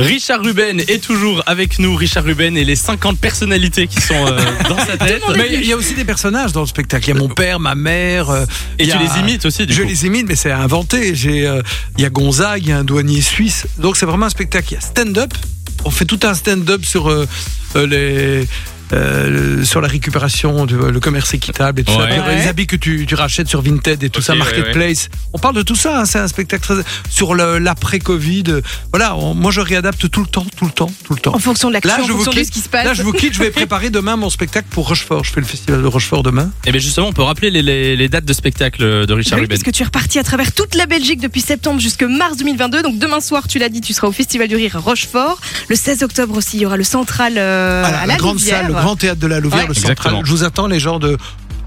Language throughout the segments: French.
Richard Ruben est toujours avec nous. Richard Ruben et les 50 personnalités qui sont euh, dans sa tête. Mais il y a aussi des personnages dans le spectacle. Il y a mon père, ma mère. euh, Et il y tu a- les imites aussi, du Je coup. les imite, mais c'est inventé. J'ai, euh, il y a Gonzague, il y a un douanier suisse. Donc c'est vraiment un spectacle. Il y a stand-up. On fait tout un stand-up sur euh, euh, les. euh, le- sur la récupération, du- le commerce équitable et tout ça, Ouais. Puis, euh, les habits que tu, tu rachètes sur Vinted et tout Ok, ça, ouais, Marketplace. On parle de tout ça, hein. c'est un spectacle très... sur le- l'après-Covid. Voilà, on- moi je réadapte tout le temps, tout le temps, tout le temps. En fonction de Là, l'action, en je vous fonction de quitte. ce qui se passe. Là, je vous quitte, je vais préparer demain mon spectacle pour Rochefort. Je fais le festival de Rochefort Euh, demain. Et Eh bien justement, on peut rappeler les, les- les dates de spectacle de Ah Richard oui, Ruben. parce que tu es reparti à travers toute la Belgique depuis septembre jusque mars 2022. Donc demain soir, tu l'as dit, tu seras au Festival du Rire à Rochefort. Le 16 octobre aussi, il y aura le Central euh, Voilà, Ah, à la, la, grande Louvière. salle, le grand théâtre de la Louvière, Ouais. le central. Exactement. Je vous attends, les gens de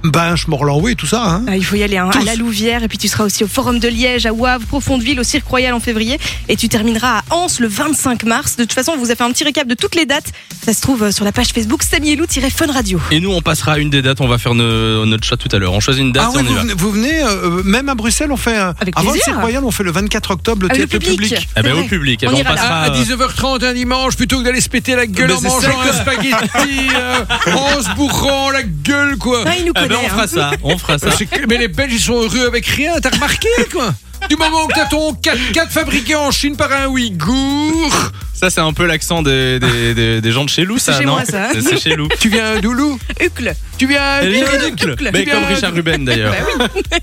Binche, Morlanway et tout ça. hein. Ah, il faut y aller hein, à Tous. la Louvière et puis tu seras aussi au Forum de Liège, à Wavre, Profondeville, au Cirque Royal en février et tu termineras à Anse le 25 mars. De toute façon, on vous a fait un petit récap de toutes les dates. Ça se trouve euh, sur la page Facebook Samielou-Fun Radio. Et nous, on passera à une des dates. On va faire no- notre chat tout à l'heure. On choisit une date Ah et oui, on y vous va. venez, vous venez, euh, même à Bruxelles, on fait. euh, Avec avant le plaisir. Cirque Royal, on fait le 24 octobre le Ah, le théâtre public. public. Eh ben, C'est au vrai. public. Eh On ben, on ira là. passera, euh, À 19h30 un dimanche, plutôt que d'aller se péter la gueule Ben, en c'est mangeant ça, un spaghetti, euh, en se bourrant la gueule, quoi. Ah, il nous Eh connaît. ben, on hein. fera ça. On fera ça. Mais c'est que- Mais les Belges, ils sont heureux avec rien, t'as remarqué, quoi. Du moment que t'as ton 4x4 fabriqué en Chine par un Ouïghour. Ça, c'est un peu l'accent des, des- des- des gens de chez Lou, ça, C'est chez non moi, ça. C'est chez Lou. Tu viens d'où, Lou Hucle. Tu viens d'où Mais Bien. comme Richard Ruben, d'ailleurs.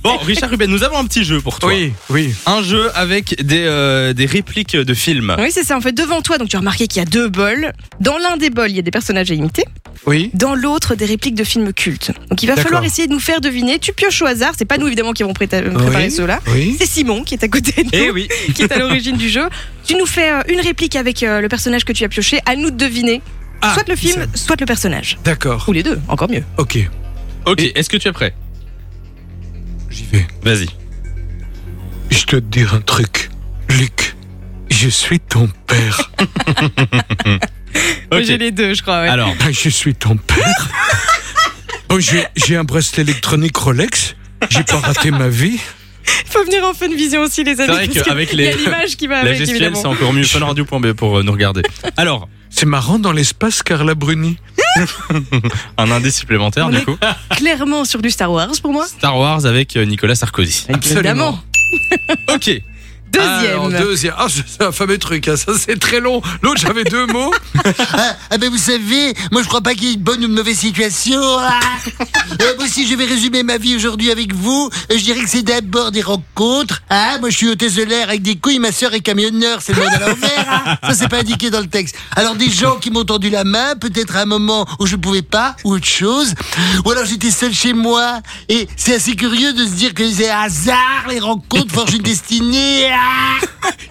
Bon, Richard Ruben, nous avons un petit jeu pour toi. Oui, oui. Un jeu avec des, euh, des répliques de films. Ah Oui, c'est ça. En fait, devant toi, donc tu as remarqué qu'il y a deux bols. Dans l'un des bols, il y a des personnages à imiter. Oui. Dans l'autre, des répliques de films cultes. Donc il va D'accord. falloir essayer de nous faire deviner. Tu pioches au hasard. C'est pas nous, évidemment, qui avons pré- préparé Oui. cela. Oui. C'est Simon qui est à côté de nous, Eh oui. qui est à l'origine du jeu. Tu nous fais euh, une réplique avec euh, le personnage que tu as pioché. À nous de deviner. Ah, soit le film, c'est- soit le personnage. D'accord. Ou les deux, encore mieux. Ok, Ok, est-ce que tu es prêt j'y vais. Vas-y. Je te dire un truc, Luc. Je suis ton père. Ok. J'ai les deux, je crois. ouais. Alors, Ah, je suis ton père. Bon, Oh, j'ai j'ai un bracelet électronique Rolex. J'ai pas raté ma vie. Faut venir en de vision aussi, les amis. vrai parce que qu'avec Il y a les- l'image qui va la avec, gestuelle, évidemment. c'est encore mieux. Funradio.be pour euh, nous regarder. Alors, C'est marrant dans l'espace, Carla Bruni. un indice supplémentaire, On du est- coup. Clairement sur du Star Wars pour moi. Star Wars avec euh, Nicolas Sarkozy. Évidemment. Ok. Deuxième. Alors, deuxième. Ah, c'est c'est un fameux truc, hein. ça c'est très long. L'autre, j'avais deux mots. Ah, ah ben vous savez, moi je crois pas qu'il y ait une bonne ou une mauvaise situation. Ah. Euh, moi si je vais résumer ma vie aujourd'hui avec vous, euh, je dirais que c'est d'abord des rencontres. Ah, moi je suis hôtesse de l'air avec des couilles, ma sœur est camionneur, c'est le monde à l'envers. hein. Ça c'est pas indiqué dans le texte. Alors des gens qui m'ont tendu la main, peut-être à un moment où je pouvais pas, ou autre chose. Ou alors j'étais seul chez moi, et c'est assez curieux de se dire que c'est un hasard, les rencontres forgent une destinée. Ah.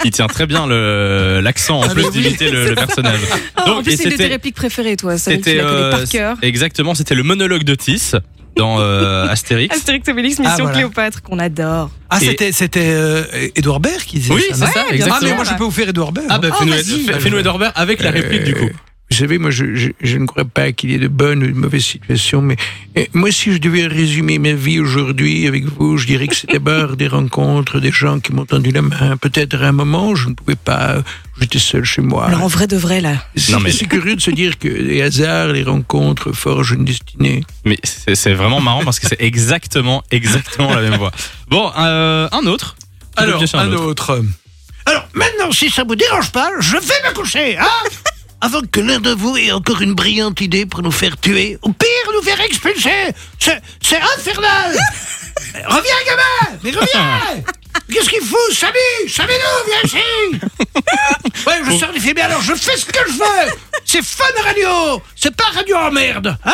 Il tient très bien le- l'accent en Ah, plus mais oui. d'imiter le, le personnage. Oh, en plus, et c'est une de tes c'était- répliques préférées, toi. Ça, tu C'était la connais euh, par cœur. Exactement, c'était le monologue de Tis dans euh, Astérix. Astérix Obélix, Mission Ah, voilà. Cléopâtre, qu'on adore. Ah, Et- c'était c'était euh, Edouard Baird qui disait Oui, ça. c'est non ça, bien exactement. Ah, mais moi Voilà. je peux vous faire Edouard Baird. hein. Ah bah Oh, fais-nous vas-y. Euh, fais- fais-nous Edouard Baird avec la réplique du coup. Vous savez, moi, je, je- je ne crois pas qu'il y ait de bonnes ou de mauvaises situations, mais euh, moi, si je devais résumer ma vie aujourd'hui avec vous, je dirais que c'est d'abord des rencontres, des gens qui m'ont tendu la main. Peut-être à un moment, je ne pouvais pas, j'étais seul chez moi. Alors, en vrai de vrai, là. C'est Non, mais- c'est curieux de se dire que les hasards, les rencontres forgent une destinée. Mais c'est c'est vraiment marrant parce que c'est exactement, exactement la même voix. Bon, euh, un autre. Tu peux piocher autre. Alors maintenant, si ça vous dérange pas, je vais me coucher, hein Avant que l'un de vous ait encore une brillante idée pour nous faire tuer, ou pire, nous faire expulser C'est c'est infernal Mais Reviens, gamin Mais reviens Qu'est-ce qu'il fout Samy Samy-nous, viens ici Ouais, je sors du film, mais alors je fais ce que je veux C'est fun radio C'est pas radio en merde, hein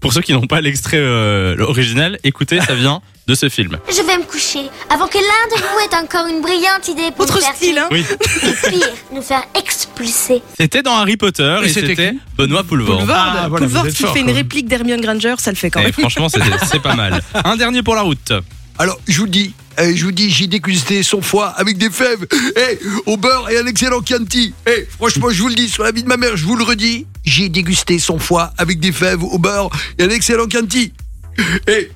Pour ceux qui n'ont pas l'extrait euh, original, écoutez, ça vient de ce film. Je vais me coucher avant que l'un de vous ait encore une brillante idée pour Autre nous faire style, hein. Oui, tuer. pire, nous faire expulser. c'était dans Harry Potter et, Et c'était c'était qui Benoît Poulvord. Boulevard, Ah, voilà, vous Boulevard êtes qui fort, fait une quoi. réplique d'Hermione Granger, ça le fait quand Et même. franchement, c'était- c'est pas mal. Un dernier pour la route. Alors, je vous dis, euh, je vous dis, j'ai dégusté son foie avec des fèves, eh, au beurre et un excellent Chianti. Eh, franchement, je vous le dis, sur la vie de ma mère, je vous le redis, j'ai dégusté son foie avec des fèves, au beurre et un excellent Chianti. Eh,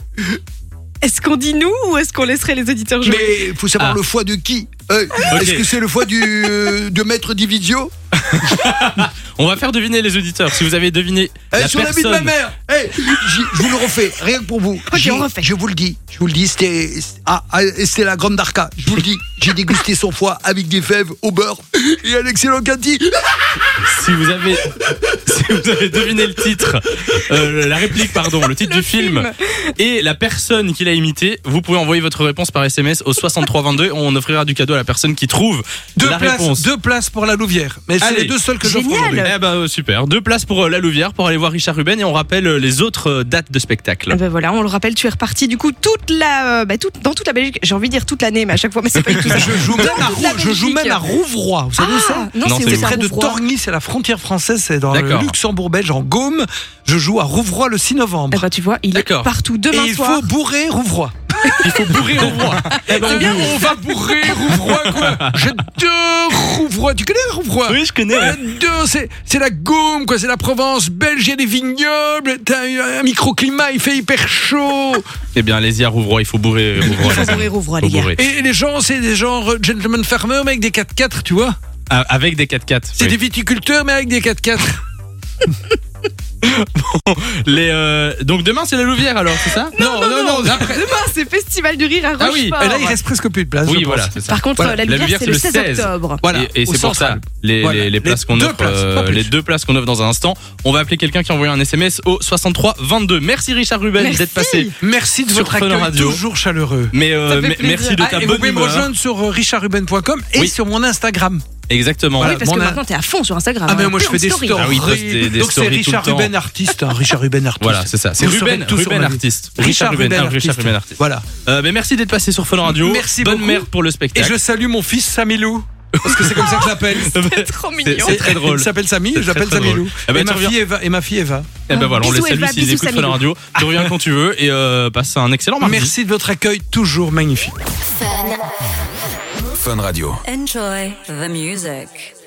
Est-ce qu'on dit nous ou est-ce qu'on laisserait les auditeurs jouer Mais il faut savoir Ah. le foie de qui Euh, Ok. Est-ce que c'est le foie du, euh, de Maître Dividio On va faire deviner les auditeurs. Si vous avez deviné Eh, la Sur la vie de ma personne- mère Eh, j'y- Je vous le refais, rien que pour vous. J'ai- on refait. Je vous le dis, je vous le dis, c'était ah, ah, c'était la grande d'Arca. Je vous le dis, j'ai dégusté son foie avec des fèves au beurre et un excellent candy. si vous avez si vous avez deviné le titre, euh, la réplique pardon, le titre du film, et la personne qui l'a imité, vous pouvez envoyer votre réponse par SMS au 6322. On offrira du cadeau à la personne qui trouve Deux la places, réponse. deux places pour la Louvière. Mais c'est Allez. les deux seuls que j'offre Génial. aujourd'hui. Eh ben, euh, super. Deux places pour euh, la Louvière pour aller voir Richard Ruben et on rappelle euh, les autres euh, dates de spectacle. Ah bah voilà, on le rappelle, tu es reparti du coup toute la, euh, bah, toute- dans toute la Belgique. J'ai envie de dire toute l'année, mais à chaque fois, mais c'est pas du tout ça. Je joue, Dans même à, toute la Rou- je joue Belgique. même à Rouvroy. Vous savez où c'est Ah, Non, non, c'est c'est où C'est ça, près de Rouvroy Torgny, c'est la frontière française, c'est dans le D'accord. Luxembourg belge, en Gaume. Je joue à Rouvroy le 6 novembre. Eh bah, tu vois, il est D'accord. partout Et Ah, demain il soir. faut bourrer Rouvroy. Il faut bourrer au roi. Eh ben, on- on va bourrer Rouvroy, quoi. J'adore Rouvroy. Tu connais Rouvroy Oui, je connais. ouais. J'adore. C'est c'est la Gaume, quoi. C'est la Provence belge. Il y a des vignobles. T'as un- un microclimat, il fait hyper chaud. Eh bien, allez-y à Rouvroy, il faut bourrer euh, Rouvroy. Faut bourrer Rouvroy, Faut les gars. bourrer. Et les gens, c'est des genres gentlemen farmers, mais avec des 4x4, tu vois. Ah, Avec des 4x4. C'est oui. des viticulteurs, mais avec des 4x4. Les, euh, Donc demain, c'est la Louvière alors, c'est ça Non, non, non. après- Demain, c'est Festival du Rire à Ah Rochefort. oui, Et là, il reste presque plus de place. je Oui, pense. voilà, c'est ça. Par contre, Voilà. la lumière, c'est le 16 octobre. Voilà, et et au c'est pour ça central. les, Voilà. les, les Les places qu'on deux offre, places, euh, pas plus. les deux places qu'on offre dans un instant. On va appeler quelqu'un qui a envoyé un SMS au 63 22. Merci Richard Ruben Merci. d'être passé. Merci de Sur votre Fun accueil Radio. toujours chaleureux. Mais euh, Ça fait mais- plaisir. merci de Ah, ta et vous bonne pouvez me humeur. hein. rejoindre sur euh, richardruben.com et Oui. sur mon Instagram. Exactement. Oui, parce Mon que in- maintenant, t'es à fond sur Instagram. Ah, mais hein, moi je plein fais de des stories. stories. Ah oui, il poste des- des Donc c'est stories tout le Richard temps. Ruben artiste. hein, Richard Ruben artiste. Voilà, c'est ça. C'est Vous Ruben, serez tous sur Ruben ma vie. artiste. Richard Ruben, ah, artiste. Richard Ruben artiste. Voilà. Euh, mais merci d'être passé sur Fun Radio. Merci bonne beaucoup. mère pour le Et spectacle. je salue mon fils Samilou. Parce que c'est comme ça que je l'appelle. C'est trop C'est- mignon. c'est très drôle. Il s'appelle Sami, C'est je l'appelle très, très Samilou. drôle. Eh ben, Et tu ma reviens- fille Eva. Et ma fille Eva. Eh ben voilà, on les Bisous, salue Eva, s'ils bisous, écoutent Fun Samilou. Radio. Tu reviens quand tu veux et euh, passe un excellent mardi. Merci de votre accueil toujours magnifique. Enjoy the music.